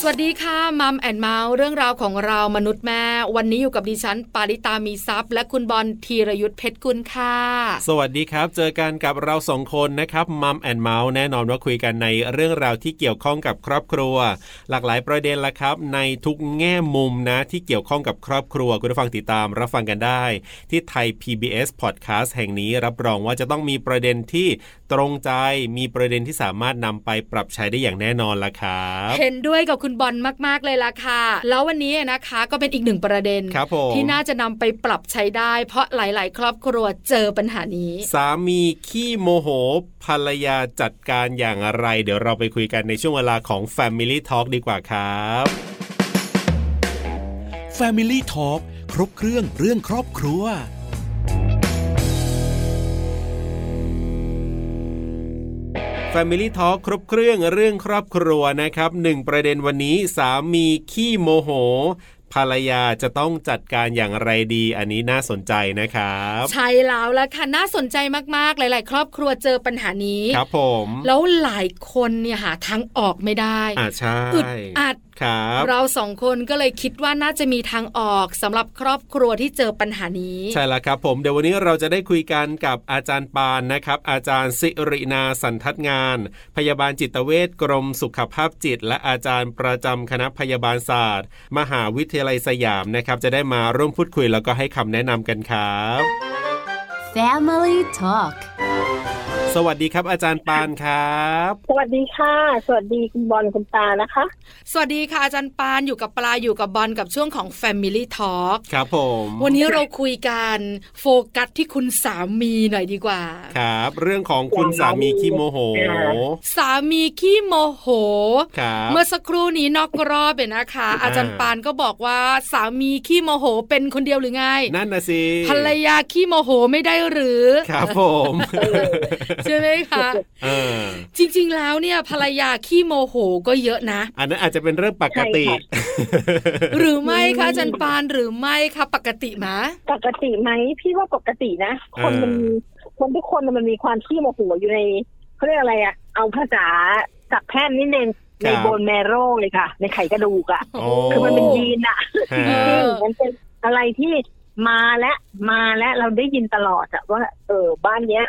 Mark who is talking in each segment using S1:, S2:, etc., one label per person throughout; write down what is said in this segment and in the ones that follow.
S1: สวัสดีค่ะมัมแอนเมาส์เรื่องราวของเรามนุษย์แม่ วันนี้อยู่กับดิฉัน ปาริตามีซัพย์ และคุณบอลธีรยุทธเพชรกุลค่ะ
S2: สวัสดีครับ เจอกันกับเราสองคนนะครับมัมแอนเมาส์แน่นอนว่าคุยกันในเรื่องราวที่เกี่ยวข้องกับครอบครัว หลากหลายประเด็นละครับ ในทุกแง่มุมนะ ที่เกี่ยวข้องกับครอบครัวคุณผู้ฟังติดตามรับฟังกันได้ ที่ไทย PBS Podcast แห่งนี้รับรองว่าจะต้องมีประเด็นที่ตรงใจมีประเด็นที่สามารถนำไปปรับใช้ได้อย่างแน่นอนละครับ
S1: เห็นด้วยกับคุณบอลมากๆเลยล่ะค่ะ แล้ววันนี้นะคะก็เป็นอีกหนึ่งประเด็น
S2: ครับผม
S1: ที่น่าจะนำไปปรับใช้ได้ เพราะหลาย ๆ ครอบครัวเจอปัญหานี้
S2: สามีขี้โมโห ภรรยาจัดการอย่างไร เดี๋ยวเราไปคุยกันในช่วงเวลาของ Family Talk ดีกว่าครับ
S3: Family Talk ครบเครื่องเรื่องครอบครัว
S2: Family Talk ครบเครื่องเรื่องครอบครัวนะครับหนึ่งประเด็นวันนี้สามีขี้โมโห ภรรยาจะต้องจัดการอย่างไรดี อันนี้น่าสนใจนะครับ
S1: ใช่แล้วล่ะค่ะน่าสนใจมากๆ หลาย ๆ ครอบครัวเจอปัญหานี้
S2: ครับผม
S1: แล้วหลายคนเนี่ยหาทางออกไม่ได้
S2: อ่าใช่
S1: อึดอัด
S2: ครับ
S1: เราสองคนก็เลยคิดว่าน่าจะมีทางออกสำหรับครอบครัวที่เจอปัญหานี้
S2: ใช่แล้วครับผมเดี๋ยววันนี้เราจะได้คุยกันกับอาจารย์ปานนะครับ อาจารย์สิรินาสันทัดงาน พยาบาลจิตเวชกรมสุขภาพจิต และอาจารย์ประจำคณะพยาบาลศาสตร์ มหาวิทยาลัยสยามนะครับ จะได้มาร่วมพูดคุยแล้วก็ให้คำแนะนำกันครับ
S4: Family Talk
S2: สวัสดีครับ อาจารย์ปานครับ
S5: สวัสดีค่ะ สวัสดีคุณบอลคุณตานะคะ
S1: สวัสดีค่ะอาจารย์ปานอยู่กับปลาอยู่กับบอลกับช่วงของ Family Talk
S2: ครับผม
S1: วันนี้เราคุยกันโฟกัสที่คุณสามีหน่อยดีกว่า
S2: ครับ เรื่องของคุณสามีขี้โมโห
S1: สามีขี้โมโห
S2: ครับ
S1: เมื่อสักครู่นี้นอกรอบเนี่ยนะคะ
S2: อ่า
S1: อาจารย์ปานก็บอกว่าสามีขี้โมโหเป็นคนเดียวหรือไง
S2: นั่นนะสิ
S1: ภรรยาขี้โมโหไม่ได้หรือ
S2: ครับผม
S1: ใช่ไหมคะ
S2: เออ
S1: จริง ๆ แล้วเนี่ยภรรยาขี้โมโหก็เยอะนะ
S2: อันนั้นอาจจะเป็นเรื่องปกติ
S5: ใช่ค่ะ
S1: หรือไม่คะ
S5: อืม
S1: อาจันปานหรือไม่คะปกติมะ
S5: ปกติไหมพี่ว่าปกตินะ คนมัน
S2: เออ
S5: คนทุกคนมันมีความขี้โมโหอยู่ในเขาเรียกอะไรอะเอาภาษาจากแพทย์นิดนึงในโบนแมโรเลยค่ะ ในไขกระดูกอะ
S2: โอ้
S5: คือมันเป็นยีนอะ
S2: ฮะ
S1: เออ
S5: มันเป็นอะไรที่มาและมาและเราได้ยินตลอดอะว่า เออบ้านเนี้ย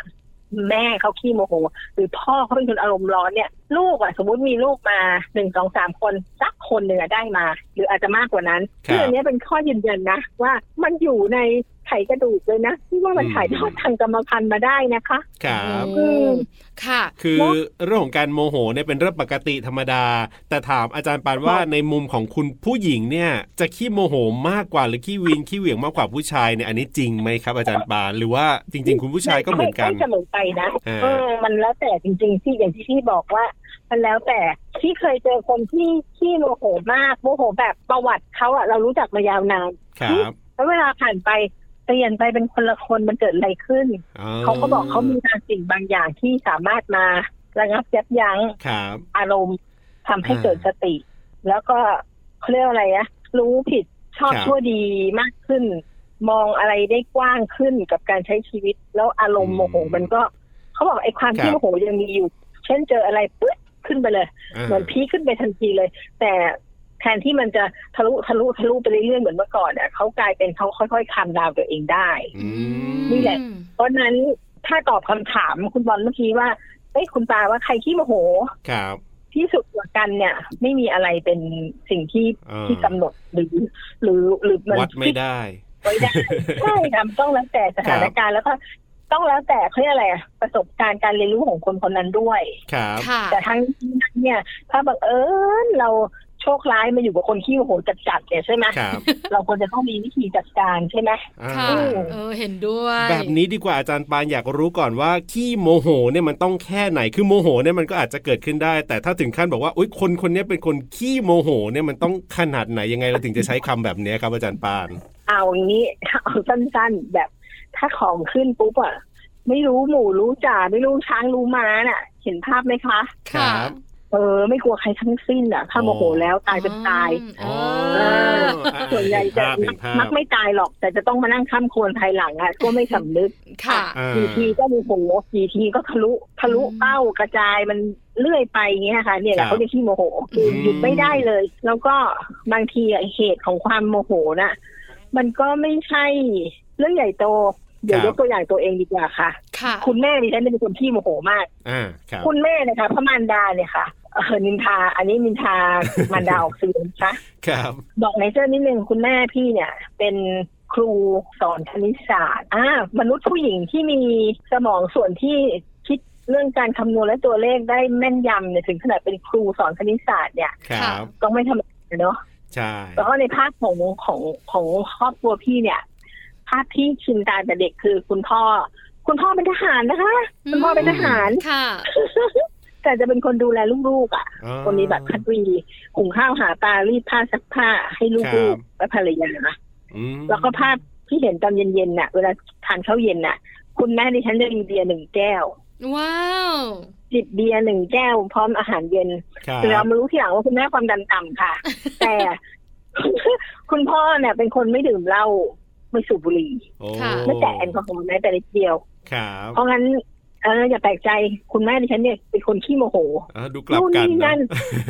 S5: แม่เขาขี้โมโห หรือพ่อเขาเป็นคนอารมณ์ร้อนเนี่ย ลูกอะสมมติมีลูกมาหนึ่งสองสามคนสักคนหนึ่งอะได้มา หรืออาจจะมากกว่านั้น
S2: ครับ
S5: เรื่องนี้ยเป็นข้อยืนยันนะ ว่ามันอยู่ในไขกระดูกเลยนะที่ว่ามันถ่ายทอดทางกรรมพันธุ์มาได้นะคะ
S2: ครับ
S1: อืมค่ะ
S2: คือ
S5: เนอะ
S2: เรื่องของการโมโหเนี่ยเป็นเรื่องปกติธรรมดา แต่ถามอาจารย์ปานว่าในมุมของคุณผู้หญิงเนี่ย จะขี้โมโหมากกว่าหรือขี้วินขี้เหวี่ยงมากกว่าผู้ชายเนี่ยอันนี้จริงไหมครับอาจารย์ปานหรือว่าจริง ๆ คุณผู้ชายก็เหมือนกัน
S5: ไไม่เสมอไปนะ
S2: อ่า
S5: เออมันแล้วแต่จริงๆที่อย่างที่พี่บอกว่า มันแล้วแต่ที่เคยเจอคนที่ที่โมโหมากโมโหแบบประวัติเขาอะเรารู้จักมายาวนาน
S2: ครับ
S5: แล้วเวลาผ่านไปเปลี่ยนไปเป็นคนละคนมันเกิดอะไรขึ้น เขาก็บอกเขามีบางสิ่งบางอย่างที่สามารถมาระงับยับยั้ง
S2: ครับ
S5: อารมณ์ทำให้
S2: อ่า
S5: เกิดสติ แล้วก็เขาเรียกว่าอะไรอะรู้ผิดชอบ
S2: ครับ
S5: ชั่วดีมากขึ้น มองอะไรได้กว้างขึ้นกับการใช้ชีวิต แล้วอารมณ์โมโหมันก็เขาบอกไอ้ความที่โมโหยังมีอยู่ เช่นเจออะไรปึ๊บขึ้นไปเลย
S2: อ่า
S5: เหมือนพีคขึ้นไปทันทีเลย แต่แทนที่มันจะทะลุทะลุทะลุไปเรื่อยๆเหมือนเมื่อก่อนเนี่ยเขากลายเป็นเขาค่อยๆคำดาวตัวเองได้
S2: อืม
S5: นี่แหละ เพราะฉะนั้นถ้าตอบคำถามคุณบอลเมื่อกี้ว่าเอ้ยคุณตาว่าใครขี้โมโห
S2: ครับ
S5: ที่สุดกว่ากันเนี่ย ไม่มีอะไรเป็นสิ่งที่
S2: เออ
S5: ที่กำหนดหรือ หรือหรือมัน
S2: วัดไม่ได้
S5: ไว้ ได้ใช่ค่ะมันต้องแล้วแต่สถานการณ์แล้วก็ต้องแล้วแต่เขาเรียกอะไรอะประสบการณ์การเรียนรู้ของคนคนนั้นด้วย
S2: ครับ
S1: ค่ะ
S5: แต่ทั้งนี้นั้นเนี่ย ถ้าบังเอิญเราโชคร้ายมาอยู่กับคนขี้โมโหจัดๆเนี่ยใช่ไหม
S2: ครับ
S5: เราควรจะต้องมีวิธีจัดการใช่ไหม
S2: อ่า
S1: ค่ะ เออเห็นด้วย
S2: แบบนี้ดีกว่าอาจารย์ปานอยากรู้ก่อนว่าขี้โมโหเนี่ยมันต้องแค่ไหนคือโมโหเนี่ยมันก็อาจจะเกิดขึ้นได้ แต่ถ้าถึงขั้นบอกว่าอุยคนคนเนี้ยเป็นคนขี้โมโหเนี่ยมันต้องขนาดไหนยังไงเราถึงจะใช้คำแบบเนี้ยครับอาจารย์ปาน
S5: เอาอย่างนี้ เอาสั้นๆแบบ ถ้าของขึ้นปุ๊บอะไม่รู้หมูรู้จ่าไม่รู้ช้างรู้ม้าน่ะ เห็นภาพไหมคะ
S2: ครับ
S5: เออ ไม่กลัวใครทั้งสิ้นอ่ะ ถ้าโมโหแล้วตายเป็นตาย
S1: อ๋อ
S5: เออ
S2: อ่า
S5: ส่วนใหญ่จะ
S2: เห็นภาพ
S5: มักไม่ตายหรอก แต่จะต้องมานั่งข้ามควรภายหลังอ่ะก็ไม่สำนึก
S1: ค่ะ
S2: อ่า
S5: ทีทีก็มีโหทีทีก็ทะลุทะลุเป้ากระจายมันเลื่อยไปอย่างเงี้ยค่ะ เนี่ยแหละเขาเรียกขี้โมโหคือหยุดไม่ได้เลย แล้วก็บางทีอะเหตุของความโมโหน่ะ มันก็ไม่ใช่เรื่องใหญ่โตเดี๋ยว
S2: ค
S5: ย
S2: รับ
S5: กตัวอย่างตัวเองดีกว่าค่ะ
S1: ค่ะ
S5: คุณแม่ดิฉันเป็นคนที่โมโหมาก
S2: อ่าครับ
S5: คุณแม่นะคะพระมารดาเนี่ยค่ะเออนินทา อันนี้นินทามารดาออกสื่อนะคะ
S2: ครับ
S5: บอกในเจ้านิดนึงคุณแม่พี่เนี่ย เป็นครูสอนคณิตศาสตร์อ่ามนุษย์ผู้หญิงที่มีสมองส่วนที่คิดเรื่องการคำนวณและตัวเลขได้แม่นยำเนี่ยถึงขนาดเป็นครูสอนคณิตศาสตร์เนี่ย
S2: ครับ
S5: ต้องไม่ธรรมดาเนาะ
S2: ใช่
S5: แล้วก็ในภาพของของของครอบครัวพี่เนี่ย ภาพที่ชินตาแต่เด็กคือคุณพ่อ คุณพ่อเป็นทหารนะคะ คุณพ่อเป็นทหาร
S1: ค่ะ
S5: แต่จะเป็นคนดูแลลูกๆอ่ะ
S2: อ๋อ
S5: คนนี้แบบคัดวีหุงข้าวหาปลารีดผ้าซักผ้าให้
S2: ครั
S5: ลูก
S2: บ
S5: ๆและภรรยา
S2: อืม
S5: แล้วก็ภาพที่เห็นตอนเย็นๆน่ะ เวลาทานข้าวเย็นน่ะ คุณแม่ดิฉันจะมีเบียร์หนึ่งแก้ว
S1: ว้าว
S5: จิบเบียร์หนึ่งแก้ว พร้อมอาหารเย็น
S2: ครับ
S5: เรามารู้ทีหลังว่าคุณแม่ความดันต่ำค่ะ แต่ คุณพ่อเนี่ย เป็นคนไม่ดื่มเหล้าไม่สูบบุหรี่
S2: โอ้
S1: ค่ะ
S5: ไม่แตะแอลกอฮอล์แม้แต่นิดเดียว
S2: ครับ
S5: เพราะงั้นเอออย่าแปลกใจคุณแม่ดิฉันเนี่ยเป็นคนขี้โมโห
S2: อ่าดูกลับกัน
S5: นู่นนี่ นั่น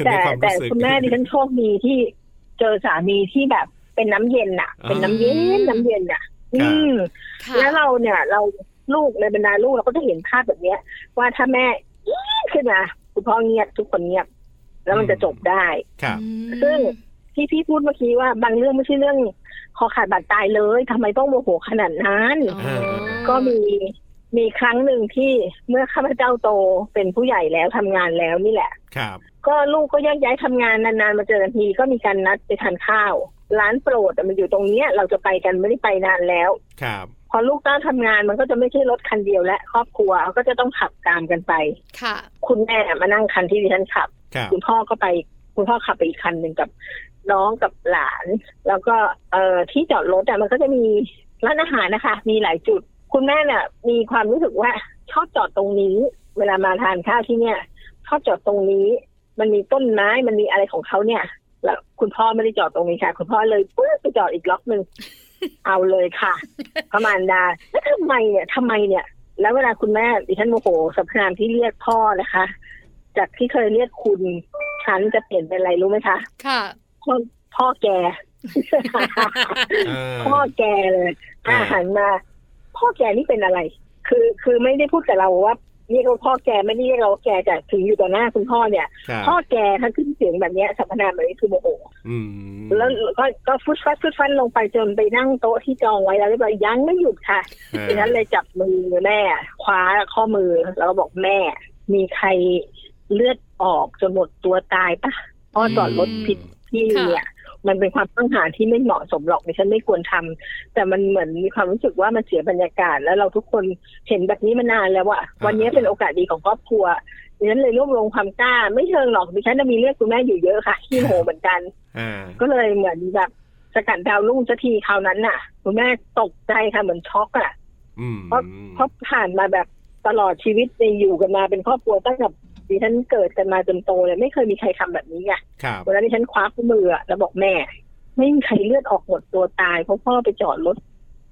S2: ใน
S5: แต่
S2: วาม
S5: แต่
S2: รู้สึก
S5: คุณแม่ดิฉันโชคดีที่เจอสามีที่แบบเป็นน้ำเย็นน่ะ
S2: อ่า
S5: เป็นน้ำเย็นน้ำเย็นน่ะ อืม
S1: ค่ะ
S5: แล้วเราเนี่ย เราลูกในบรรดาลูกเราก็จะเห็นภาพแบบเนี้ย ว่าถ้าแม่อี๊ดขึ้นมาคุณพ่อเงียบทุกคนเงียบ แล้วมัน
S2: อืม
S5: จะจบได้
S2: ครับ
S1: อืม
S5: ซึ่ง ที่พี่พูดเมื่อกี้ว่าบางเรื่องไม่ใช่เรื่องคอขาดบาดตายเลยทำไมต้องโมโหขนาดนั้น
S1: อ๋อ
S5: ก็มีมีครั้งหนึ่งที่เมื่อข้าพเจ้าโตเป็นผู้ใหญ่แล้วทำงานแล้วนี่แหละ
S2: ครับ
S5: ก็ลูกก็แยกย้ายทำงานนานๆมาเจอกันทีก็มีการนัดไปทานข้าว ร้านโปรดอะมันอยู่ตรงเนี้ย เราจะไปกันไม่ได้ไปนานแล้ว
S2: ครับ
S5: พอลูกเต้าทำงานมันก็จะไม่ใช่รถคันเดียวและครอบครัวก็จะต้องขับตามกันไป
S1: ค่ะ
S5: คุณแม่มานั่งคันที่ดิฉันขับ
S2: ครับ
S5: คุณพ่อก็ไป คุณพ่อขับไปอีกคันหนึ่งกับน้องกับหลาน แล้วก็เอ่อที่จอดรถอะมันก็จะมีร้านอาหารนะคะ มีหลายจุด คุณแม่น่ะ มีความรู้สึกว่าชอบจอดตรงนี้ เวลามาทานข้าวที่เนี่ยชอบจอดตรงนี้ มันมีต้นไม้มันมีอะไรของเขาเนี่ย แล้วคุณพ่อไม่ได้จอดตรงนี้ค่ะ คุณพ่อเลยปื๊ดไปจอดอีกล็อกหนึ่ง เอาเลยค่ะ ประมาณดาแล้วทำไมเนี่ยทำไมเนี่ย แล้วเวลาคุณแม่ดิฉันโมโหสัพนามที่เรียกพ่อนะคะ จากที่เคยเรียกคุณฉันจะเปลี่ยนเป็นอะไรรู้ไหมคะ
S1: ค่ะ
S5: พ่อพ่อแก
S2: อ่า
S5: พ่อแกเลย
S2: อ่า
S5: อาหารมา พ่อแกนี่เป็นอะไร คือคือไม่ได้พูดกับเราว่าเรียกว่าพ่อแกไม่ได้เรียกเราว่าแกแต่ถึงอยู่ต่อหน้าคุณพ่อเนี่ย
S2: ครับ
S5: พ่อแกถ้าขึ้นเสียงแบบเนี้ยสัมพนามแบบนี้คือโมโห
S2: อืม
S5: แล้วก็ก็ฟุดฟัดฟุดฟัดลงไปจนไปนั่งโต๊ะที่จองไว้แล้วเรียบร้อยยังไม่หยุดค่ะ
S2: อ่า
S5: ดิฉันเลยจับมือแม่คว้าข้อมือแล้วก็บอกแม่ มีใครเลือดออกจนหมดตัวตายปะเพราะจอดรถผิดที่เนี่ย มันเป็นความต้องหารที่ไม่เหมาะสมหรอกดิฉันไม่ควรทำแต่มันเหมือนมีความรู้สึกว่ามันเสียบรรยากาศ แล้วเราทุกคนเห็นแบบนี้มานานแล้วว่าวันนี้เป็นโอกาสดีของครอบครัวดิฉันเลยรวบรวมความกล้า ไม่เชิงหรอกดิฉันน่ะมีเรียกคุณแม่อยู่เยอะค่ะขี้โหเหมือนกัน
S2: อ่า
S5: ก็เลยเหมือนแบบสกัดดาวรุ่งสักทีคราวนั้นน่ะคุณแม่ตกใจค่ะเหมือนช็อกอะ
S2: อืม
S5: เพราะผ่านมาแบบตลอดชีวิตในยอยู่กันมาเป็นครอบครัวตั้งแต่ดิฉันเกิดกันมาจนโตเลยไม่เคยมีใครทำแบบนี้ไง
S2: ครับ
S5: วันนั้นดิฉันคว้าข้อมืออะแล้วบอกแม่ ไม่มีใครเลือดออกหมดตัวตายเพราะพ่อไปจอดรถ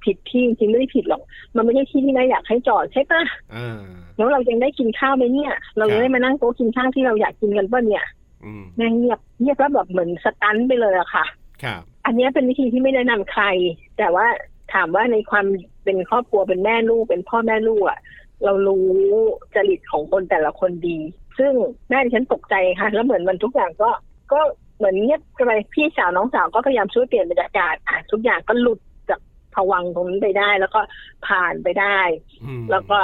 S5: ผิดที่จริงๆไม่ได้ผิดหรอก มันไม่ใช่ที่ที่แม่อยากให้จอดใช่ปะ
S2: อ่า
S5: แล้วเรายังได้กินข้าวไหมเนี่ย เรายังได้มานั่งโต๊ะกินข้าวที่เราอยากกินกันป่ะเนี่ย
S2: อืม
S5: แม่เงียบเงียบแล้วแบบเหมือนสตันไปเลยอะค่ะ
S2: ครับ
S5: อันเนี้ยเป็นวิธีที่ไม่แนะนำใคร แต่ว่าถามว่าในความเป็นครอบครัวเป็นแม่ลูกเป็นพ่อแม่ลูกอะเรารู้จริตของคนแต่ละคนดี ซึ่งแม่ดิฉันตกใจค่ะแล้วเหมือนมันทุกอย่างก็ ก็เหมือนเงียบกันไปพี่สาวน้องสาวก็พยายามช่วยเปลี่ยนบรรยากาศอ่ะทุกอย่างก็หลุดจากผวังค์ตรงนั้นไปได้ แล้วก็ผ่านไปได้
S2: อืม
S5: แล้วก็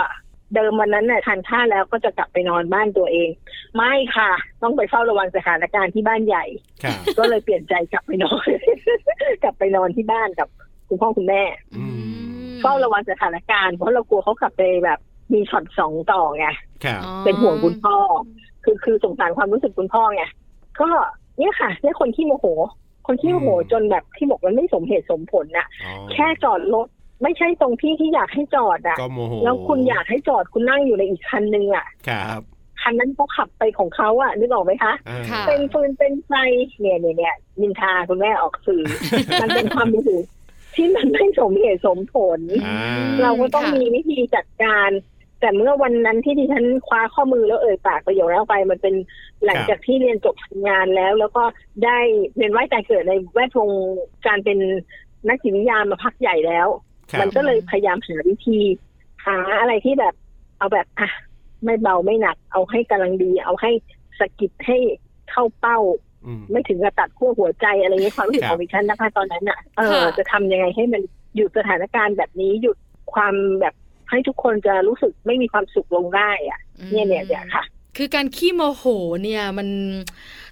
S5: เดิมวันนั้นเนี่ยทานข้าวแล้วก็จะกลับไปนอนบ้านตัวเอง ไม่ค่ะ ต้องไปเฝ้าระวังสถานการณ์ที่บ้านใหญ่
S2: ครับ
S5: ก็เลยเปลี่ยนใจกลับไปนอน กลับไปนอนที่บ้านกับคุณพ่อคุณแม่
S2: อืม
S5: เฝ้าระวังสถานการณ์เพราะเรากลัวเขากลับไปแบบมีช็อตสองต่อไง
S2: ครับ
S1: อ๋อ
S5: เป็นห่วงคุณพ่อ คือคือสงสารความรู้สึกคุณพ่อไงก็เนี่ยค่ะเนี่ยคนที่โมโห คนที่โมโหจนแบบที่บอกมันไม่สมเหตุสมผลน่ะ
S2: อ๋อ
S5: แค่จอดรถไม่ใช่ตรงที่ที่อยากให้จอดอ่ะ
S2: ก็โมโห
S5: แล้วคุณอยากให้จอดคุณนั่งอยู่ในอีกคันนึงอ่ะ
S2: ครับ
S5: ค คันนั้นเขาขับไปของเขาอะนึกออกไหมคะ
S2: อ่า
S1: ค่ะ
S5: เป็นฟืนเป็นไฟเนี่ยเนี่ยเนี่ยนินทาคุณแม่ออก สื่อ มันเป็นความรู้สึกที่มันไม่สมเหตุสมผล
S2: อ่า
S1: อืม
S5: เราก็ต้อง
S1: ค่ะ
S5: มีวิธีจัดการ แต่เมื่อวันนั้นที่ดิฉันคว้าข้อมือแล้วเอ่ยปากประโยคแล้วไป มันเป็นหลังจากที่เรียนจบงานแล้ว แล้วก็ได้เรียนว่ายใจเกิดในแวดวงการเป็นนักจิตวิทยามาพักใหญ่แล้ว
S2: ครั
S5: มั
S2: บ
S5: นก็เลยพยายามหาวิธี หาอะไรที่แบบ เอาแบบอ่ะไม่เบาไม่หนัก เอาให้กำลังดี เอาให้สะกิดให้เข้าเป้า
S2: อืม
S5: ไม่ถึงกับตัดขั้วหัวใจอะไรเงี้ยความรู้สึ
S2: ค
S5: ก
S2: รับ
S5: ของดิฉันนะคะตอนนั้นอ่ะเออ
S1: ค่ะ
S5: จะทำยังไงให้มันหยุดสถานการณ์แบบนี้หยุดความแบบให้ทุกคนจะรู้สึกไม่มีความสุขลงได้อ่ะเนี่ยเนี่ยเนี่ยค่ะ
S1: คือการขี้โมโหเนี่ยมัน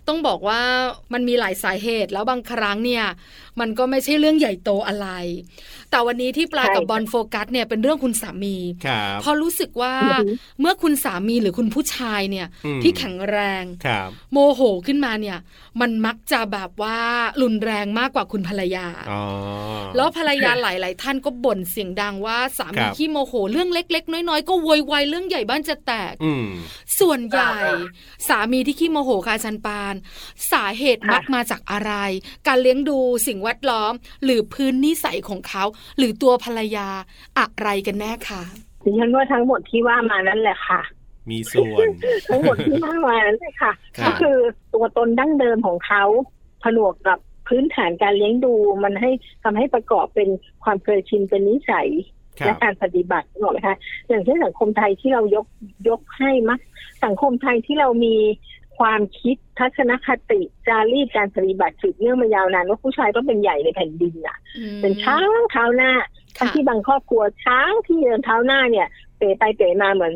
S1: ต้องบอกว่ามันมีหลายสาเหตุแล้วบางครั้งเนี่ย มันก็ไม่ใช่เรื่องใหญ่โตอะไร แต่วันนี้ที่ปลา
S5: ใช่
S1: กับบอลโฟกัสเนี่ยเป็นเรื่องคุณสามี
S2: ครับ
S1: เพอรู้สึกว่า
S5: อือหือ
S1: เมื่อคุณสามีหรือคุณผู้ชายเนี่ย
S2: อืม
S1: ที่แข็งแรง
S2: ครับ
S1: โมโหขึ้นมาเนี่ย มันมักจะแบบว่ารุนแรงมากกว่าคุณภรรยา
S2: อ๋อ
S1: แล้วภรรยาหลาย ๆ ท่านก็บ่นเสียงดังว่าสา
S2: ค
S1: มี
S2: รับ
S1: ขี้โมโหเรื่องเล็ก ๆ น้อย ๆ ก็โวยวายเรื่องใหญ่บ้านจะแตก
S2: อืม
S1: ส่วนใหญ่
S5: อ่า
S1: สามีที่ขี้โมโหค่ะอาจันปาน สาเหตุ
S5: ค่ะ
S1: มักมาจากอะไร การเลี้ยงดูสิ่งแวดล้อม หรือพื้นนิสัยของเขา หรือตัวภรรยาอะไรกันแน่คะ
S5: ดิฉันว่าทั้งหมดที่ว่ามานั่นแหละค่ะ
S2: มีส่วน
S5: ทั้งหมดที่ว่ามานั่นแหละค่ะ
S2: ครับ
S5: ก็คือตัวตนดั้งเดิมของเขาผนวกกับพื้นฐานการเลี้ยงดู มันให้ทำให้ประกอบเป็นความเคยชินเป็นนิสัย
S2: ครั
S5: และ
S2: บ
S5: การปฏิบัติถูกไหมคะอย่างเช่นสังคมไทยที่เรายกยกให้มักสังคมไทยที่เรามีความคิดทัศนคติจารีตการปฏิบัติสืบเนื่องมายาวนานว่าผู้ชายต้องเป็นใหญ่ในแผ่นดินอ่ะ
S1: อืม
S5: เป็นช้างเท้าหน้าทั้
S1: ค่ะ
S5: งที่บางครอบครัวช้างที่เดินเท้าหน้าเนี่ย เป๋ไปเป๋มาเหมือน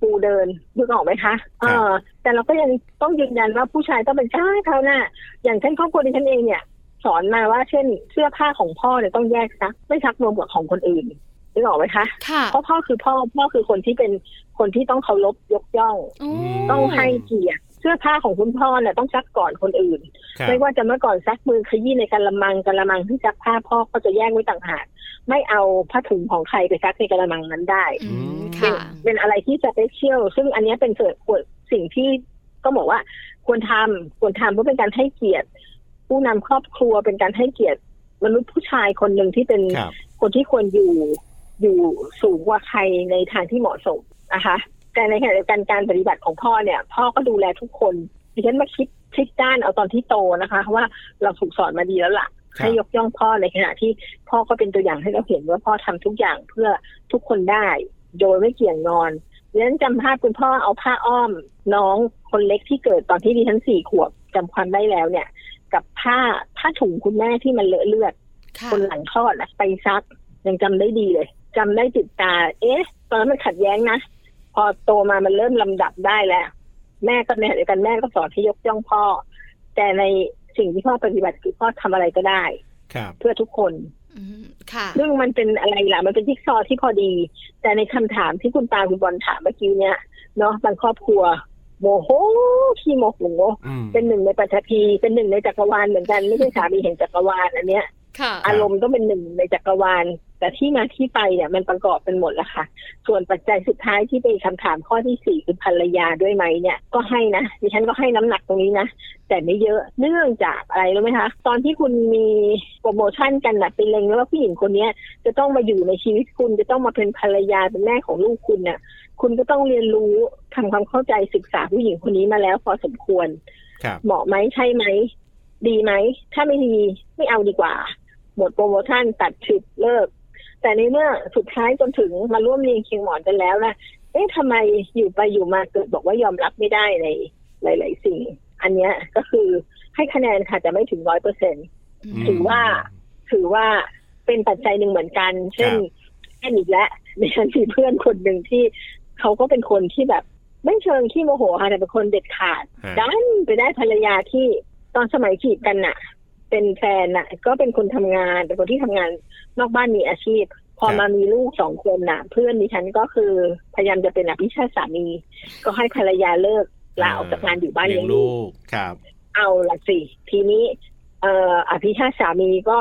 S5: ปูเดินนึกออกไหมคะเออแต่เราก็ยังต้องยืนยันว่าผู้ชายต้องเป็นช้างเท้าหน้า อย่างเช่นครอบครัวดิฉันเองเนี่ย สอนมาว่าเช่นเสื้อผ้าของพ่อเนี่ยต้องแยกซักไม่ซักรวมกับของคนอื่นนึกออกไหมคะ
S1: ค่ะ
S5: เพราะพ่อคือพ่อพ่อคือคนที่เป็นคนที่ต้องเคารพยกย่อง
S1: โอ้
S5: ต้องให้เกียรติเสื้อผ้าของคุณพ่อเนี่ยต้องซักก่อนคนอื่น
S2: ครับ
S5: ไม่ว่าจะเมื่อก่อนซักมือขยี้ในกระมังกระมังที่ซักผ้าพ่อก็จะแยกไว้ต่างหากไม่เอาผ้าถุงของใครไปซักในกระมังนั้นได้
S1: อืมค่ะ
S5: เป็นอะไรที่สเปเชียลซึ่งอันเนี้ยเป็นเกิดสิ่งที่ก็บอกว่าควรทำควรทำเพราะเป็นการให้เกียรติ ผู้นำครอบครัวเป็นการให้เกียรติมนุษย์ผู้ชายคนหนึ่งที่เป็น
S2: ครับ
S5: คนที่ควรอยู่อยู่สูงกว่าใครในทางที่เหมาะสมนะคะแต่ในขณะเดียวกันการปฏิบัติของพ่อเนี่ย พ่อก็ดูแลทุกคนดิฉันมาคิดพลิกด้านเอาตอนที่โตนะคะ ว่าเราถูกสอนมาดีแล้วล่ะ
S2: ครั
S5: ให้ย
S2: บ
S5: กย่องพ่อในขณะที่พ่อก็เป็นตัวอย่างให้เราเห็นว่าพ่อทำทุกอย่างเพื่อทุกคนได้ โดยไม่เกี่ยงนอนดิฉันจำภาพคุณพ่อเอาผ้าอ้อม น้องคนเล็กที่เกิดตอนที่ดิฉันสี่ขวบจำความได้แล้วเนี่ย กับผ้าผ้าถุงคุณแม่ที่มันเลอะเลือด
S1: ค่ะ
S5: คนหลังคลอดอะไปซักยังจำได้ดีเลยจำได้ติดตา เอ๊ะ ตอนนั้นมันขัดแย้งนะ พอโตมามันเริ่มลำดับได้แล้ว แม่ก็ในขณะเดียวกันแม่ก็สอนให้ยกย่องพ่อ แต่ในสิ่งที่พ่อปฏิบัติคือพ่อทำอะไรก็ได้
S2: ครับ
S5: เพื่อทุกคน
S1: อืมค่ะ
S5: ซึ่งมันเป็นอะไรล่ะ มันเป็นจิ๊กซอว์ที่พอดี แต่ในคำถามที่คุณตาคุณบอลถามเมื่อกี้เนี่ยเนาะบางครอบครัว โมโหขี้โมโห
S2: อืม
S5: เป็นหนึ่งในปัจพี เป็นหนึ่งในจักรวาลเหมือนกันไม่ใช่สามีแห่งจักรวาลอันเนี้ย
S1: ค่ะ
S5: อารมณ์ก็เป็นหนึ่งในจักรวาล แต่ที่มาที่ไปเนี่ยมันประกอบเป็นหมดแล้วค่ะ ส่วนปัจจัยสุดท้ายที่เป็นคำถามข้อที่สี่คือภรรยาด้วยไหมเนี่ยก็ให้นะดิฉันก็ให้น้ำหนักตรงนี้นะ แต่ไม่เยอะเนื่องจากอะไรรู้ไหมคะ ตอนที่คุณมีโปรโมชั่นกันนะเป็นเล็งแล้วว่าผู้หญิงคนเนี้ยจะต้องมาอยู่ในชีวิตคุณจะต้องมาเป็นภรรยาเป็นแม่ของลูกคุณเนี่ยคุณก็ต้องเรียนรู้ทำความเข้าใจศึกษาผู้หญิงคนนี้มาแล้วพอสมควร
S2: ครับ
S5: เหมาะไหมใช่ไหม ดีไหม ถ้าไม่ดีไม่เอาดีกว่า หมดโปรโมชั่นตัดสิทธิ์เลิก แต่ในเมื่อสุดท้ายจนถึงมาร่วมเรียนเคียงหมอนกันแล้วนะเอ๊ะทำไมอยู่ไปอยู่มาเกิดบอกว่ายอมรับไม่ได้ในหลาย ๆ สิ่ง อันเนี้ยก็คือให้คะแนนค่ะแต่ไม่ถึงร้อยเปอร์เซ็น
S2: อืม
S5: ถือว่า ถือว่าเป็นปัจจัยหนึ่งเหมือนกัน เช่นเช่นอีกแล้วในฉันมีเพื่อนคนหนึ่งที่เขาก็เป็นคนที่แบบไม่เชิงขี้โมโหค่ะแต่เป็นคนเด็ดขาด
S2: ฮะ
S5: ดันไปได้ภรรยาที่ตอนสมัยจีบกันน่ะ เป็นแฟนน่ะ ก็เป็นคนทำงานเป็นคนที่ทำงานนอกบ้านมีอาชีพ พอ
S2: ครับ
S5: มามีลูกสองคนน่ะ เพื่อนดิฉันก็คือพยายามจะเป็นอภิชาติสามี ก็ให้ภรรยาเลิกลาออกจากงานอยู่บ้าน
S2: เลี้
S5: เลี้
S2: ย
S5: ย
S2: ง
S5: ง
S2: ลู
S5: ลูก
S2: กครับ
S5: เอาละสิ ทีนี้ เอ่ออภิชาติสามีก็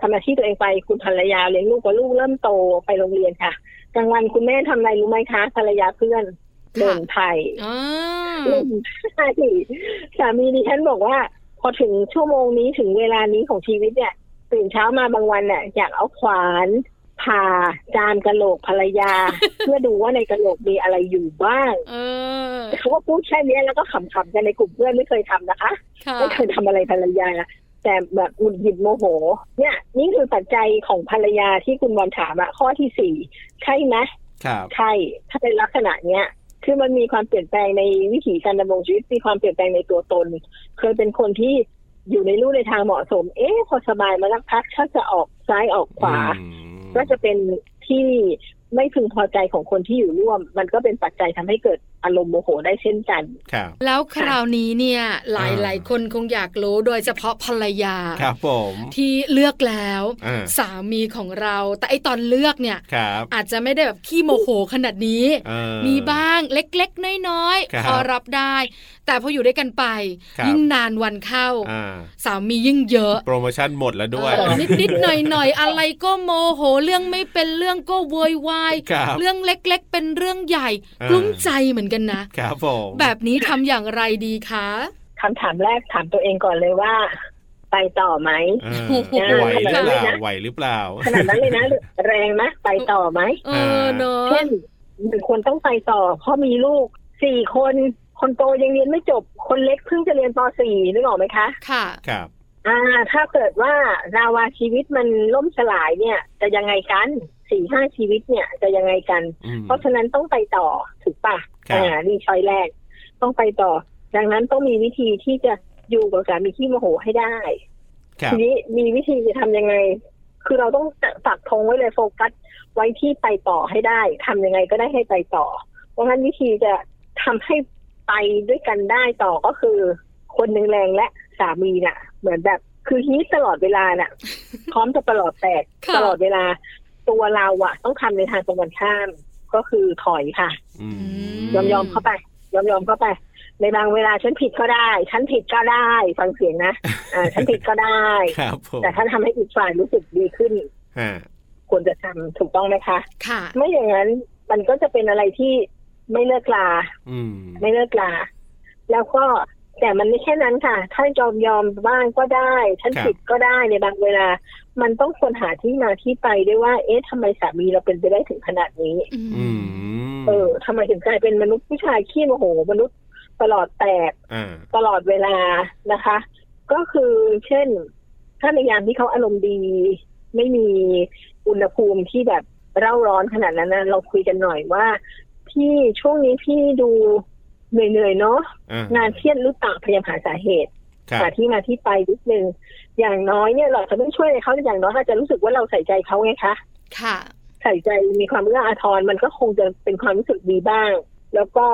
S5: ทำอาชีพตัวเองไปคุณภรรยาเลี้ยงลูกพอลูกเริ่มโตไปโรงเรียนค่ะกลางวันคุณแม่ทำอะไรรู้ไหมคะภรรยาเพื่อน เดินไทย
S1: อ่า
S5: เล่นไพ่สามีดิฉันบอกว่า พอถึงชั่วโมงนี้ถึงเวลานี้ของชีวิตเนี่ย ตื่นเช้ามาบางวันน่ะอยากเอาขวานผ่าจานกะโหลกภรร ยา เพื่อดูว่าในกะโหลกมีอะไรอยู่บ้าง
S1: เออ
S5: เขาก็พูดแค่นี้แล้วก็ขำๆกันในกลุ่มเพื่อนไม่เคยทำนะคะ
S1: ค่ะ
S5: ไม่เคยทำอะไรภรรยา แต่แบบหงุดหงิดโมโห เนี่ย นี่คือปัจจัยของภรรยาที่คุณบอลถามอะข้อที่สี่ใช่ไหม
S2: ครับ
S5: ใช่ถ้าเป็นลักษณะเนี้ยคือมันมีความเปลี่ยนแปลงในวิถีการดำรงชีวิตมีความเปลี่ยนแปลงในตัวตน เคยเป็นคนที่อยู่ในรูในทางเหมาะสม เอ๊ะพอสบายมาสักพักถ้าจะออกซ้ายออกขวา
S2: อืม
S5: ก็จะเป็นที่ไม่พึงพอใจของคนที่อยู่ร่วม มันก็เป็นปัจจัยทำให้เกิดอารมณ์โมโหได้เช่นกัน
S2: ครับ
S1: แล้วคราวนี้เนี่ยหลาย
S2: อ่า
S1: หลายคนคงอยากรู้โดยเฉพาะภรรยา
S2: ครับผม
S1: ที่เลือกแล้ว
S2: อ่า
S1: สามีของเรา แต่ไอตอนเลือกเนี่ย
S2: ครับ
S1: อาจจะไม่ได้แบบขี้โมโหขนาดนี้
S2: เออ
S1: มีบ้างเล็กๆ น้อย
S2: ครับ
S1: ๆพอรับได้ แต่พออยู่ด้วยกันไป
S2: ครับ
S1: ยิ่งนานวันเข้า
S2: อ่า
S1: สามียิ่งเยอะ
S2: โปรโมชั่นหมดแล้วด้วย
S1: เออนิดๆหน่อยๆ อะไรก็โมโหเรื่องไม่เป็นเรื่องก็โวยวาย
S2: ครับ
S1: เรื่องเล็กๆ เป็นเรื่องใหญ่
S2: อ่า
S1: กลุ้มใจเหมือนกันนะ
S2: ครับผม
S1: แบบนี้ทำอย่างไรดีคะ
S5: คำถามแรกถามตัวเองก่อนเลยว่า ไปต่อไหม
S2: เออ
S1: โอ้โห
S2: ไหวหรือเปล่า
S5: ขนาดนั้
S2: ไหวหรือเปล่า
S5: นเลยนะขนาดนั้นเลยนะ แรงไหมไปต่อไหม
S1: เออเนอะ
S5: เช่นหนึ่งคนต้องไปต่อ เพราะมีลูกสี่คน คนโตยังเรียนไม่จบ คนเล็กเพิ่งจะเรียนป .4 นึกออกไหมคะ
S1: ค่ะ
S2: ครับ
S5: อ่า ถ้าเกิดว่าราวาชีวิตมันล่มสลายเนี่ย จะยังไงกันสี่ห้าชีวิตเนี่ย จะยังไงกัน
S2: อืม
S5: เพราะฉะนั้นต้องไปต่อถูกปะ
S2: ครับ
S5: อ่านี่ช้อยแรก ต้องไปต่อ ดังนั้นต้องมีวิธีที่จะอยู่กับสามีที่โมโหให้ได้
S2: ครับ
S5: ทีนี้มีวิธีจะทำยังไง คือเราต้องตักธงไว้เลยโฟกัสไว้ที่ไปต่อให้ได้ทำยังไงก็ได้ให้ไปต่อ เพราะงั้นวิธีจะทำให้ไปด้วยกันได้ต่อก็คือ คนหนึ่งแรงและสามีน่ะ เหมือนแบบคือฮีทตลอดเวลาน่ะ พร้อมจะประหลอดแตก
S1: ค่ะ
S5: ตลอดเวลา ตัวเราอะต้องทำในทางตรงกันข้าม ก็คือถอยค่ะ
S2: อืม
S5: ยอมยอมๆเข้าไป ยอมยอมๆเข้าไป ในบางเวลาฉันผิดก็ได้ ฉันผิดก็ได้ฟังเสียงนะอ่าฉันผิดก็ได้
S2: ครับผม
S5: แต่ถ้าทำให้อีกฝ่ายรู้สึกดีขึ้น
S2: ฮะ
S5: ควรจะทำถูกต้องไหมคะ
S1: ค่ะ
S5: ไม่อย่างนั้นมันก็จะเป็นอะไรที่ไม่เลิกลา
S2: อืม
S5: ไม่เลิกลา แล้วก็แต่มันไม่แค่นั้นค่ะ ถ้ายอมยอมบ้างก็ได้ ฉันผิดก็ได้ในบางเวลา มันต้องควรหาที่มาที่ไปด้วยว่า เอ๊ะทำไมสามีเราเป็นไปได้ถึงขนาดนี้
S1: อื
S2: อื
S1: ม
S2: ม
S5: เออทำไมถึงกลายเป็นมนุษย์ผู้ชายขี้โมโห มนุษย์ตลอดแตก
S2: อ่า
S5: ตลอดเวลานะคะ ก็คือเช่น ถ้าในยามที่เขาอารมณ์ดี ไม่มีอุณหภูมิที่แบบเร่าร้อนขนาดนั้นนะเราคุยกันหน่อยว่า พี่ช่วงนี้พี่ดูเหนื่อยๆเนาะ
S2: อ่าง
S5: านเครียดหรือเปล่าพยายามหาสาเหตุ
S2: ครับ
S5: หาที่มาที่ไปนิดนึงอย่างน้อยเนี่ยเราจะไม่ช่วยอะไรเขาแต่อย่างน้อยเราจะรู้สึกว่าเราใส่ใจเขาไงคะ
S1: ค่ะ
S5: ใส่ใจมีความเอื้ออาทรมันก็คงจะเป็นความรู้สึกดีบ้าง แล้วก็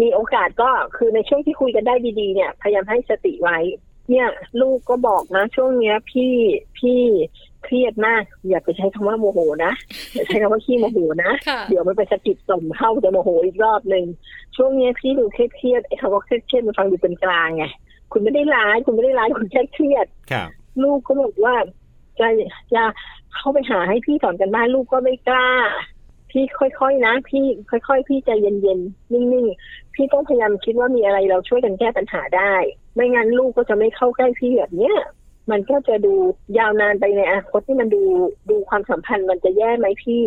S5: มีโอกาสก็คือในช่วงที่คุยกันได้ดีๆ เนี่ยพยายามให้สติไว้ เนี่ย ลูกก็บอกนะ ช่วงเนี้ย พี่พี่เครียดมาก อย่าไปใช้คำว่าโมโหนะอย่าใช้คำว่าขี้โมโหนะ
S1: ค่ะ
S5: เดี๋ยวมันไปสะกิดต่อมเข้าจะโมโหอีกรอบหนึ่งช่วงเนี้ยพี่ดูเครียดๆไอ้คำว่าเครียดๆมันฟังดูเป็นกลางไงคุณไม่ได้ร้ายคุณไม่ได้ร้ายคุณแค่เครียด
S2: ครับ
S5: ลูกก็บอกว่าจะจะเข้าไปหาให้พี่สอนกันบ้านลูกก็ไม่กล้า พี่ค่อยๆนะ พี่ค่อยๆ พี่ใจเย็นๆนิ่งๆพี่ต้องพยายามคิดว่ามีอะไรเราช่วยกันแก้ปัญหาได้ ไม่งั้นลูกก็จะไม่เข้าใกล้พี่แบบเนี้ยมันก็จะดูยาวนานไปในอนาคตที่มันดูดูความสัมพันธ์มันจะแย่ไหมพี่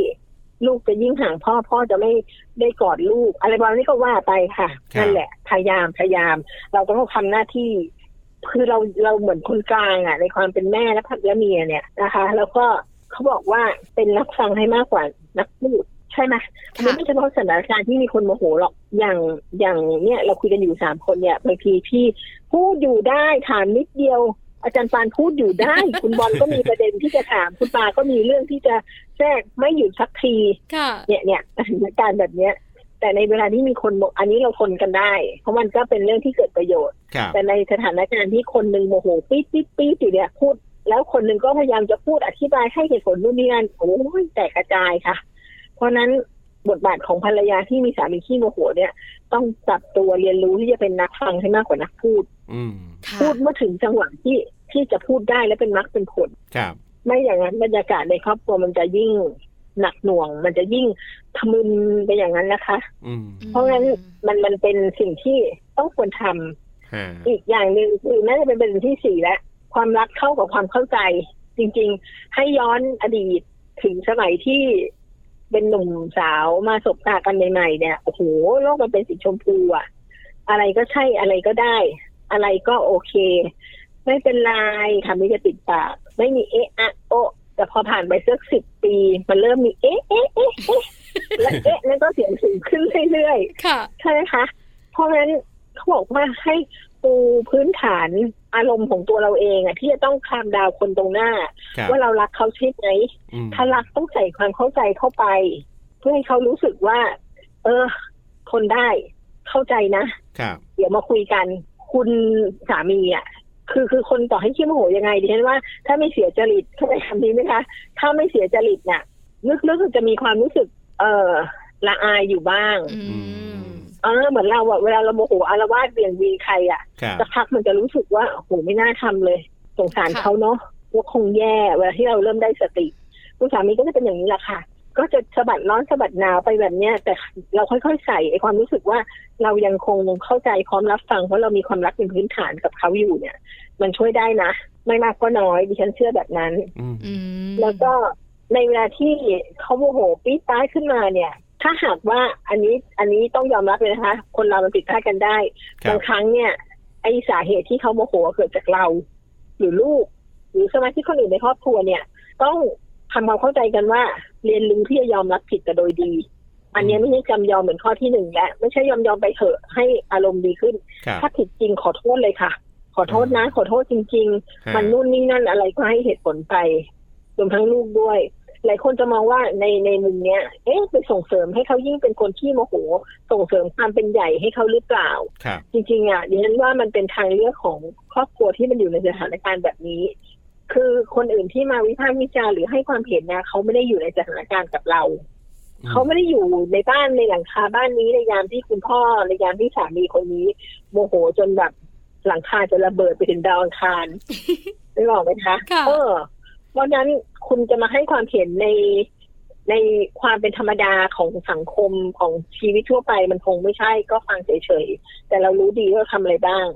S5: ลูกจะยิ่งห่างพ่อพ่อจะไม่ได้กอดลูก อะไรประมาณนี้ก็ว่าไปค่ะนั่นแหละพยายามพยายาม เราต้องทำหน้าที่ คือเราเราเหมือนคนกลางอะในความเป็นแม่และพัดและเมียเนี่ยนะคะ แล้วก็เขาบอกว่าเป็นนักฟังให้มากกว่านักพูดใช่ไหมมัน
S1: ค่ะ
S5: ไม่ใช่เฉพาะสถานการณ์ที่มีคนโมโหหรอกอย่างอย่างเนี่ยเราคุยกันอยู่สามคนเนี่ยบางทีพี่พูดอยู่ได้ถามนิดเดียว อาจารย์ปานพูดอยู่ได้ คุณบอลก็มีประเด็นที่จะถามคุณปาก็มีเรื่องที่จะแทรกไม่หยุดสักที
S1: ค่ะ
S5: เนี่ยเนี่ยสถานการณ์แบบเนี้ย แต่ในเวลาที่มีคนโมอันนี้เราทนกันได้ เพราะมันก็เป็นเรื่องที่เกิดประโยชน์
S2: ครับ
S5: แต่ในสถานการณ์ที่คนหนึ่งโมโหปี๊ดปี๊ดปี๊ดอยู่เนี่ยพูด แล้วคนหนึ่งก็พยายามจะพูดอธิบายให้เหตุผลนู่นนี่นั่นโอ้ยแตกกระจายค่ะ เพราะฉะนั้นบทบาทของภรรยาที่มีสามีขี้โมโหเนี่ย ต้องปรับตัวเรียนรู้ที่จะเป็นนักฟังให้มากกว่านักพูด
S2: อืม
S1: ค่ะ
S5: พูดเมื่อถึงจังหวะที่ที่จะพูดได้และเป็นมรรคเป็นผล
S2: ครับ
S5: ไม่อย่างนั้นบรรยากาศในครอบครัวมันจะยิ่ง หนักหน่วง มันจะยิ่งทะมึนไปอย่างนั้นนะคะ
S2: อืม
S5: เพราะงั้นมันมันเป็นสิ่งที่ต้องควรทำ
S2: ฮะ
S5: อีกอย่างหนึ่งคือน่าจะเป็นประเด็นที่สี่แล้วความรักเข้ากับความเข้าใจ จริงๆ ให้ย้อนอดีตถึงสมัยที่เป็นหนุ่มสาวมาสบตากันใหม่ๆเนี่ยโอ้โหโลกมันเป็นสีชมพูอะอะไรก็ใช่อะไรก็ได้ อะไรก็โอเค ไม่เป็นไรคำนี้จะติดปาก ไม่มีเอะอะโอะแต่พอผ่านไปสักสิบปี มันเริ่มมีเอ๊ะเอ๊ะเอ๊ะเอ๊ะและเอ๊ะนั่นก็เสียงสูงขึ้นเรื่อยๆ
S1: ค่ะ
S5: ใช่ไหมคะ เพราะงั้นเขาบอกว่าให้ปูพื้นฐานอารมณ์ของตัวเราเองอะที่จะต้องคลามดาวคนตรงหน้า
S2: ครับ
S5: ว่าเรารักเขาใช่ไหม
S2: อืม
S5: ถ้ารักต้องใส่ความเข้าใจเข้าไป เพื่อให้เขารู้สึกว่า เออ คนได้เข้าใจนะ
S2: ครับ
S5: เดี๋ยวมาคุยกันคุณสามีอ่ะคือคือคนต่อให้ขี้โมโหยังไงดิฉันว่าถ้าไม่เสียจริตเข้าใจคำนี้ไหมคะถ้าไม่เสียจริตน่ะลึกๆจะมีความรู้สึก เออละอายอยู่บ้าง
S1: อื
S2: อื
S1: ม
S2: ม
S5: เออเหมือนเราอะเวลาเราโมโหอารวาสเบี่ยงวีใครอะ
S2: ครับ
S5: สักพักมันจะรู้สึกว่าโอ้โหไม่น่าทำเลย สงสาร
S1: ค่ะ
S5: เขาเนาะว่าคงแย่เวลาที่เราเริ่มได้สติคุณสามีก็จะเป็นอย่างนี้แหละค่ะ ก็จะสะบัดร้อนสะบัดหนาวไปแบบเนี้ย แต่เราค่อยๆใส่ไอความรู้สึกว่าเรายังคงเข้าใจพร้อมรับฟังเพราะเรามีความรักเป็นพื้นฐานกับเขาอยู่เนี่ย มันช่วยได้นะ ไม่มากก็น้อยดิฉันเชื่อแบบนั้น
S2: อืม
S1: อืม
S5: แล้วก็ในเวลาที่เขาโมโหปี๊ดป้ายขึ้นมาเนี่ย ถ้าหากว่าอันนี้อันนี้ต้องยอมรับเลยนะคะ คนเรามันผิดพลาดกันได้
S2: ครั
S5: ง
S2: บ
S5: ครั้งเนี่ย ไอสาเหตุที่เขาโมโหเกิดจากเรา หรือลูก หรือสมาชิกคนอื่นในครอบครัวเนี่ย ต้องทำความเข้าใจกันว่า เรียนรู้ที่จะยอมรับผิดแต่โดยดี อันเนี้ยไม่ใช่จำยอมเหมือนข้อที่หนึ่งและไม่ใช่ยอมยอมไปเถอะให้อารมณ์ดีขึ้น
S2: ครับ
S5: ถ้าผิดจริงขอโทษเลยค่ะ ขอโทษนะ ขอโทษจริง ๆ
S2: ฮะ
S5: มันนู่นนี่นั่นอะไรก็ให้เหตุผลไปรวมทั้งลูกด้วย หลายคนจะมองว่าในในมุมเนี้ย เอ๊ะไปส่งเสริมให้เขายิ่งเป็นคนขี้โมโห ส่งเสริมความเป็นใหญ่ให้เขาหรือเปล่า
S2: ครับ
S5: จริงๆอ่ะดิฉันว่ามันเป็นทางเลือกของครอบครัวที่มันอยู่ในสถานการณ์แบบนี้ คือคนอื่นที่มาวิพากษ์วิจารณ์หรือให้ความเห็นนะเขาไม่ได้อยู่ในสถานการณ์กับเรา
S2: อื
S5: เขาไม่ได้อยู่ในบ้านในหลังคาบ้านนี้ในยามที่คุณพ่อในยามที่สามีคนนี้ โมโหจนแบบหลังคาจะระเบิดไปถึงดาวอังคาร ได้บอกไหมคะ
S1: ค่ะ
S5: เออเพราะฉะนั้นคุณจะมาให้ความเห็นในในความเป็นธรรมดาของสังคมของชีวิตทั่วไปมันคงไม่ใช่ก็ฟังเฉยๆแต่เรารู้ดีว่าทำอะไรบ้าง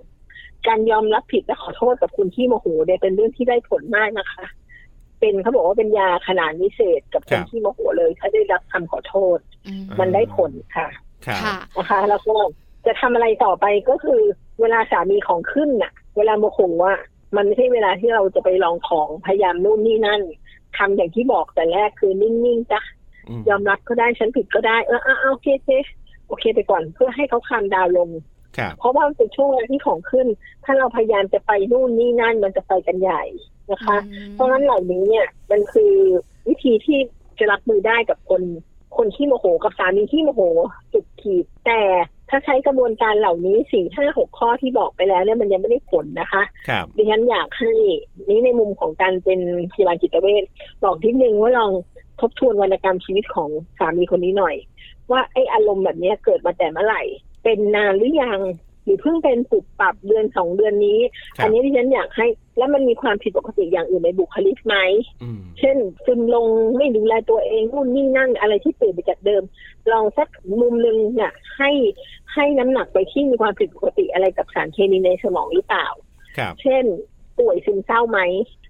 S5: การยอมรับผิดและขอโทษกับคุณที่โมโหเนี่ยเป็นเรื่องที่ได้ผลมากนะคะ เป็นเขาบอกว่าเป็นยาขนาดวิเศษกับคนที่โมโหเลย ถ้าได้รับคำขอโทษ
S1: อืม
S5: มันได้ผลค่ะ
S2: ครับ
S1: ค่ะ
S5: นะคะแล้วก็จะทำอะไรต่อไปก็คือ เวลาสามีของขึ้นน่ะ เวลาโมโหอ่ะมันไม่ใช่เวลาที่เราจะไปลองของพยายามนู่นนี่นั่นทำอย่างที่บอกแต่แรกคือนิ่งๆจ้ะ
S2: ม
S5: ยอมรับก็ได้ฉันผิดก็ได้เออเออเออโอเคโอเคโอเคไปก่อนเพื่อให้เขาคลามดาวน์ลง
S2: ครับ
S5: เพราะว่ามันเป็นช่วงเวลาที่ของขึ้น ถ้าเราพยายามจะไปนู่นนี่นั่นมันจะไปกันใหญ่นะคะ เพราะงั้นเหล่านี้เนี่ยมันคือวิธีที่จะรับมือได้กับคน คนที่โมโหกับสามีที่โมโหจุดขีด แต่ถ้าใช้กระบวนการเหล่านี้สี่ห้าหกข้อที่บอกไปแล้วเนี่ยมันยังไม่ได้ผลนะคะ
S2: ครับ
S5: ดิฉันอยากให้นี้ในมุมของการเป็นพยาบาลจิตเวชบอกทีนึงว่าลองทบทวนวรรณกรรมชีวิตของสามีคนนี้หน่อย ว่าไอ้อารมณ์แบบเนี้ยเกิดมาแต่เมื่อไหร่ เป็นนานหรือยังหรือเพิ่งเป็นปุบปรับเดือนสองเดือนนี้
S2: ครับ
S5: อันนี้ที่ฉันอยากให้ แล้วมันมีความผิดปกติอย่างอื่นในบุคลิกไหม
S2: อืม
S5: เช่นซึมลงไม่ดูแลตัวเองนู่นนี่นั่นอะไรที่เปลี่ยนไปจากเดิม ลองสักมุมหนึ่งเนี่ยให้ให้น้ำหนักไปที่มีความผิดปกติอะไรกับสารเคมีในสมองหรือเปล่า
S2: ครับ
S5: เช่น ป่วยซึมเศร้าไหม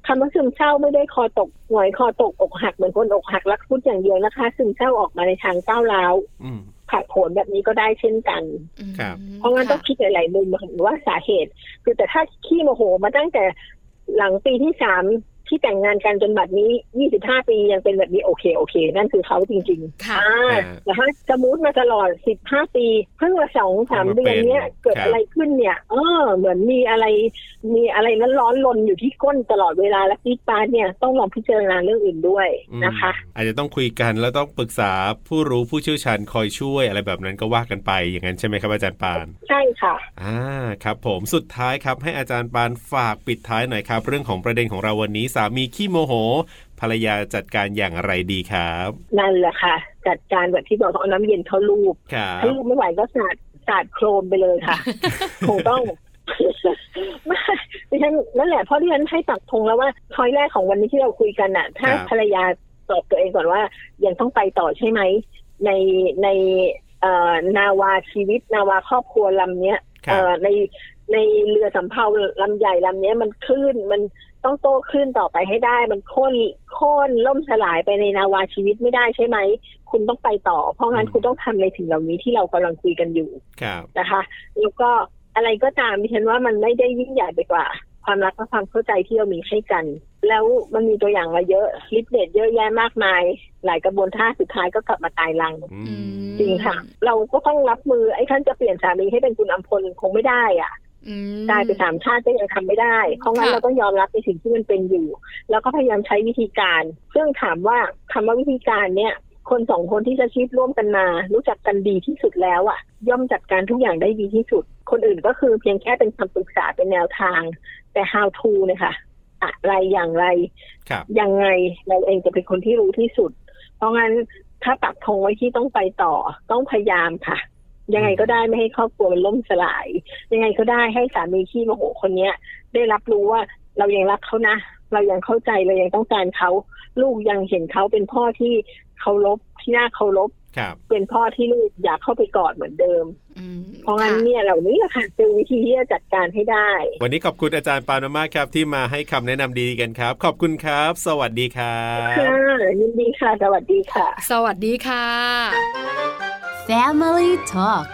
S5: คำว่าซึมเศร้าไม่ได้คอตกหงอยคอตกอกหักเหมือนคนอกหักรักพุดอย่างเดียวนะคะ ซึมเศร้าออกมาในทางเศร้าร้าว
S2: อืม
S5: ผัดผลแบบนี้ก็ได้เช่นกัน
S2: ครับ
S5: เพราะงั้นต้องคิดหลาย ๆ มุมถึงว่าสาเหตุ คือแต่ถ้าขี้โมโหมาตั้งแต่หลังปีที่สามที่แต่งงานกันจนบัดนี้ยี่สิบห้าปียังเป็นแบบนี้โอเคโอเค นั่นคือเขาจริงๆ
S1: ค่ะ
S5: อ่าแต่ถ้าสมูทมาตลอดสิบห้าปี เพิ่งมาสองสาม
S2: เพิ่ง
S5: เดือ
S2: มานเป็น
S5: เนี้ยเกิด
S2: ครับ
S5: อะไรขึ้นเนี่ยเออเหมือนมีอะไร มีอะไรนั้นร้อนลนอยู่ที่ก้นตลอดเวลาและปีดปานเนี่ยต้องลองพิจารณาเรื่องอื่นด้วย
S2: อืม
S5: นะคะ
S2: อาจจะต้องคุยกันแล้วต้องปรึกษาผู้รู้ผู้เชี่ยวชาญคอยช่วยอะไรแบบนั้นก็ว่ากันไปอย่างนั้นใช่ไหมครับอาจารย์ปาน
S5: ใช่ค่ะ
S2: อ่าครับผมสุดท้ายครับให้อาจารย์ปานฝากปิดท้ายหน่อยครับ เรื่องของประเด็นของเราวันนี้สามีขี้โมโห ภรรยาจัดการอย่างไรดีครับ
S5: นั่นแหละค่ะ จัดการแบบที่บอกเอาน้ำเย็นเขาลูบ
S2: ครับ
S5: ถ้าลูกไม่ไหวก็สาดสาดโครมไปเลยค่ะ คงต้อง ไม่ดิฉันนั่นแหละเพราะที่ฉันให้ปักธงแล้วว่าช้อยแรกของวันนี้ที่เราคุยกันน่ะ ถ้าภรรยา ตอบตัวเองก่อนว่า ยังต้องไปต่อใช่ไหม ในในเอ่อนาวาชีวิต นาวาครอบครัวลำเนี้ย
S2: ครับ
S5: เอ่อในในเรือสำเภาลำใหญ่ลำเนี้ยมันคลื่นมันต้องโตคลื่นต่อไปให้ได้ มันโค่นโค่นล่มสลายไปในนาวาชีวิตไม่ได้ใช่ไหม คุณต้องไปต่อ เพราะงั้นคุณต้องทำในสิ่งเหล่านี้ที่เรากำลังคุยกันอยู่
S2: ครับ
S5: นะคะแล้วก็อะไรก็ตามดิฉันว่ามันไม่ได้ยิ่งใหญ่ไปกว่า ความรักและความเข้าใจที่เรามีให้กัน แล้วมันมีตัวอย่างมาเยอะลิปเดตเยอะแยะมากมาย หลายกระบวนท่าสุดท้ายก็กลับมาตายรัง
S2: อื
S1: อื
S2: ม
S1: ม
S5: จริงค่ะ เราก็ต้องรับมือไอ้ท่านจะเปลี่ยนสามีให้เป็นคุณอัมพลคงไม่ได้อ่ะ
S1: อืม
S5: ตายไปสามชาติก็ยังทำไม่ได้ เพราะงั้น
S1: ค่ะ
S5: เราต้องยอมรับในสิ่งที่มันเป็นอยู่ แล้วก็พยายามใช้วิธีการ ซึ่งถามว่าคำว่าวิธีการเนี่ย คนสองคนที่จะชีพร่วมกันมา รู้จักกันดีที่สุดแล้วอะ่ะ ย่อมจัดการทุกอย่างได้ดีที่สุด คนอื่นก็คือเพียงแค่เป็นคำปรึกษาเป็นแนวทาง แต่ how to เนะคะอะไรอย่างไร
S2: ครับ
S5: ยังไงเราเองจะเป็นคนที่รู้ที่สุด เพราะงั้นถ้าปักธงไว้ที่ต้องไปต่อ ต้องพยายามค่ะ ยังไงก็ได้ไม่ให้ครอบครัวมันล่มสลาย ยังไงก็ได้ให้สามีขี้โมโหคนเนี้ย ได้รับรู้ว่าเรายังรักเขานะ เรายังเข้าใจเรายังต้องการเขาลูกยังเห็นเขาเป็นพ่อที่เคารพที่น่าเคารพ
S2: ครับ
S5: เป็นพ่อที่ลูกอยากเข้าไปกอดเหมือนเดิม
S1: อืม
S5: เพราะงั้น
S1: ค่
S5: เนี่ยเหล่านี้แหละค่ะคือวิธีที่จะจัดการให้ได้
S2: วันนี้ขอบคุณอาจารย์ปานมากๆครับ ที่มาให้คำแนะนำดีกันครับ ขอบคุณครับ สวัสดีครับ
S5: ค่ะยินดีค่ะสวัสดีค่ะ
S1: สวัสดีค่ะ
S4: Family Talk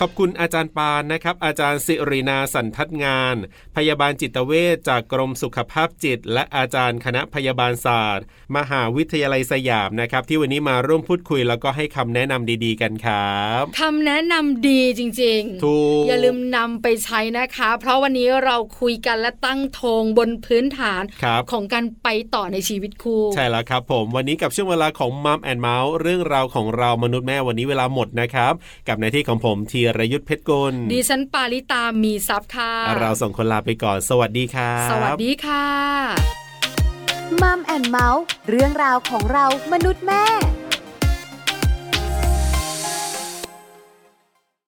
S2: ขอบคุณอาจารย์ปานนะครับ อาจารย์สิรินาสันทัดงาน พยาบาลจิตเวชจากกรมสุขภาพจิต และอาจารย์คณะพยาบาลศาสตร์ มหาวิทยาลัยสยามนะครับ ที่วันนี้มาร่วมพูดคุยแล้วก็ให้คำแนะนำดีๆกันครับ
S1: คำแนะนำดีจริง ๆ
S2: ถูก
S1: อย่าลืมนำไปใช้นะคะ เพราะวันนี้เราคุยกันและตั้งธงบนพื้นฐาน
S2: ครับ
S1: ของการไปต่อในชีวิตคู่
S2: ใช่แล้วครับผมวันนี้กับช่วงเวลาของมัมแอนเมาส์เรื่องราวของเรามนุษย์แม่วันนี้เวลาหมดนะครับ กับในายที่ของผมธีรยุทธเพชรกุล
S1: ดิฉันปาริตามีซับค่ะ
S2: เราส่งคนลาไปก่อน สวัสดีครับ
S1: สวัสดีค่ะ
S4: มัมแอนเมาส์เรื่องราวของเรามนุษย์แม่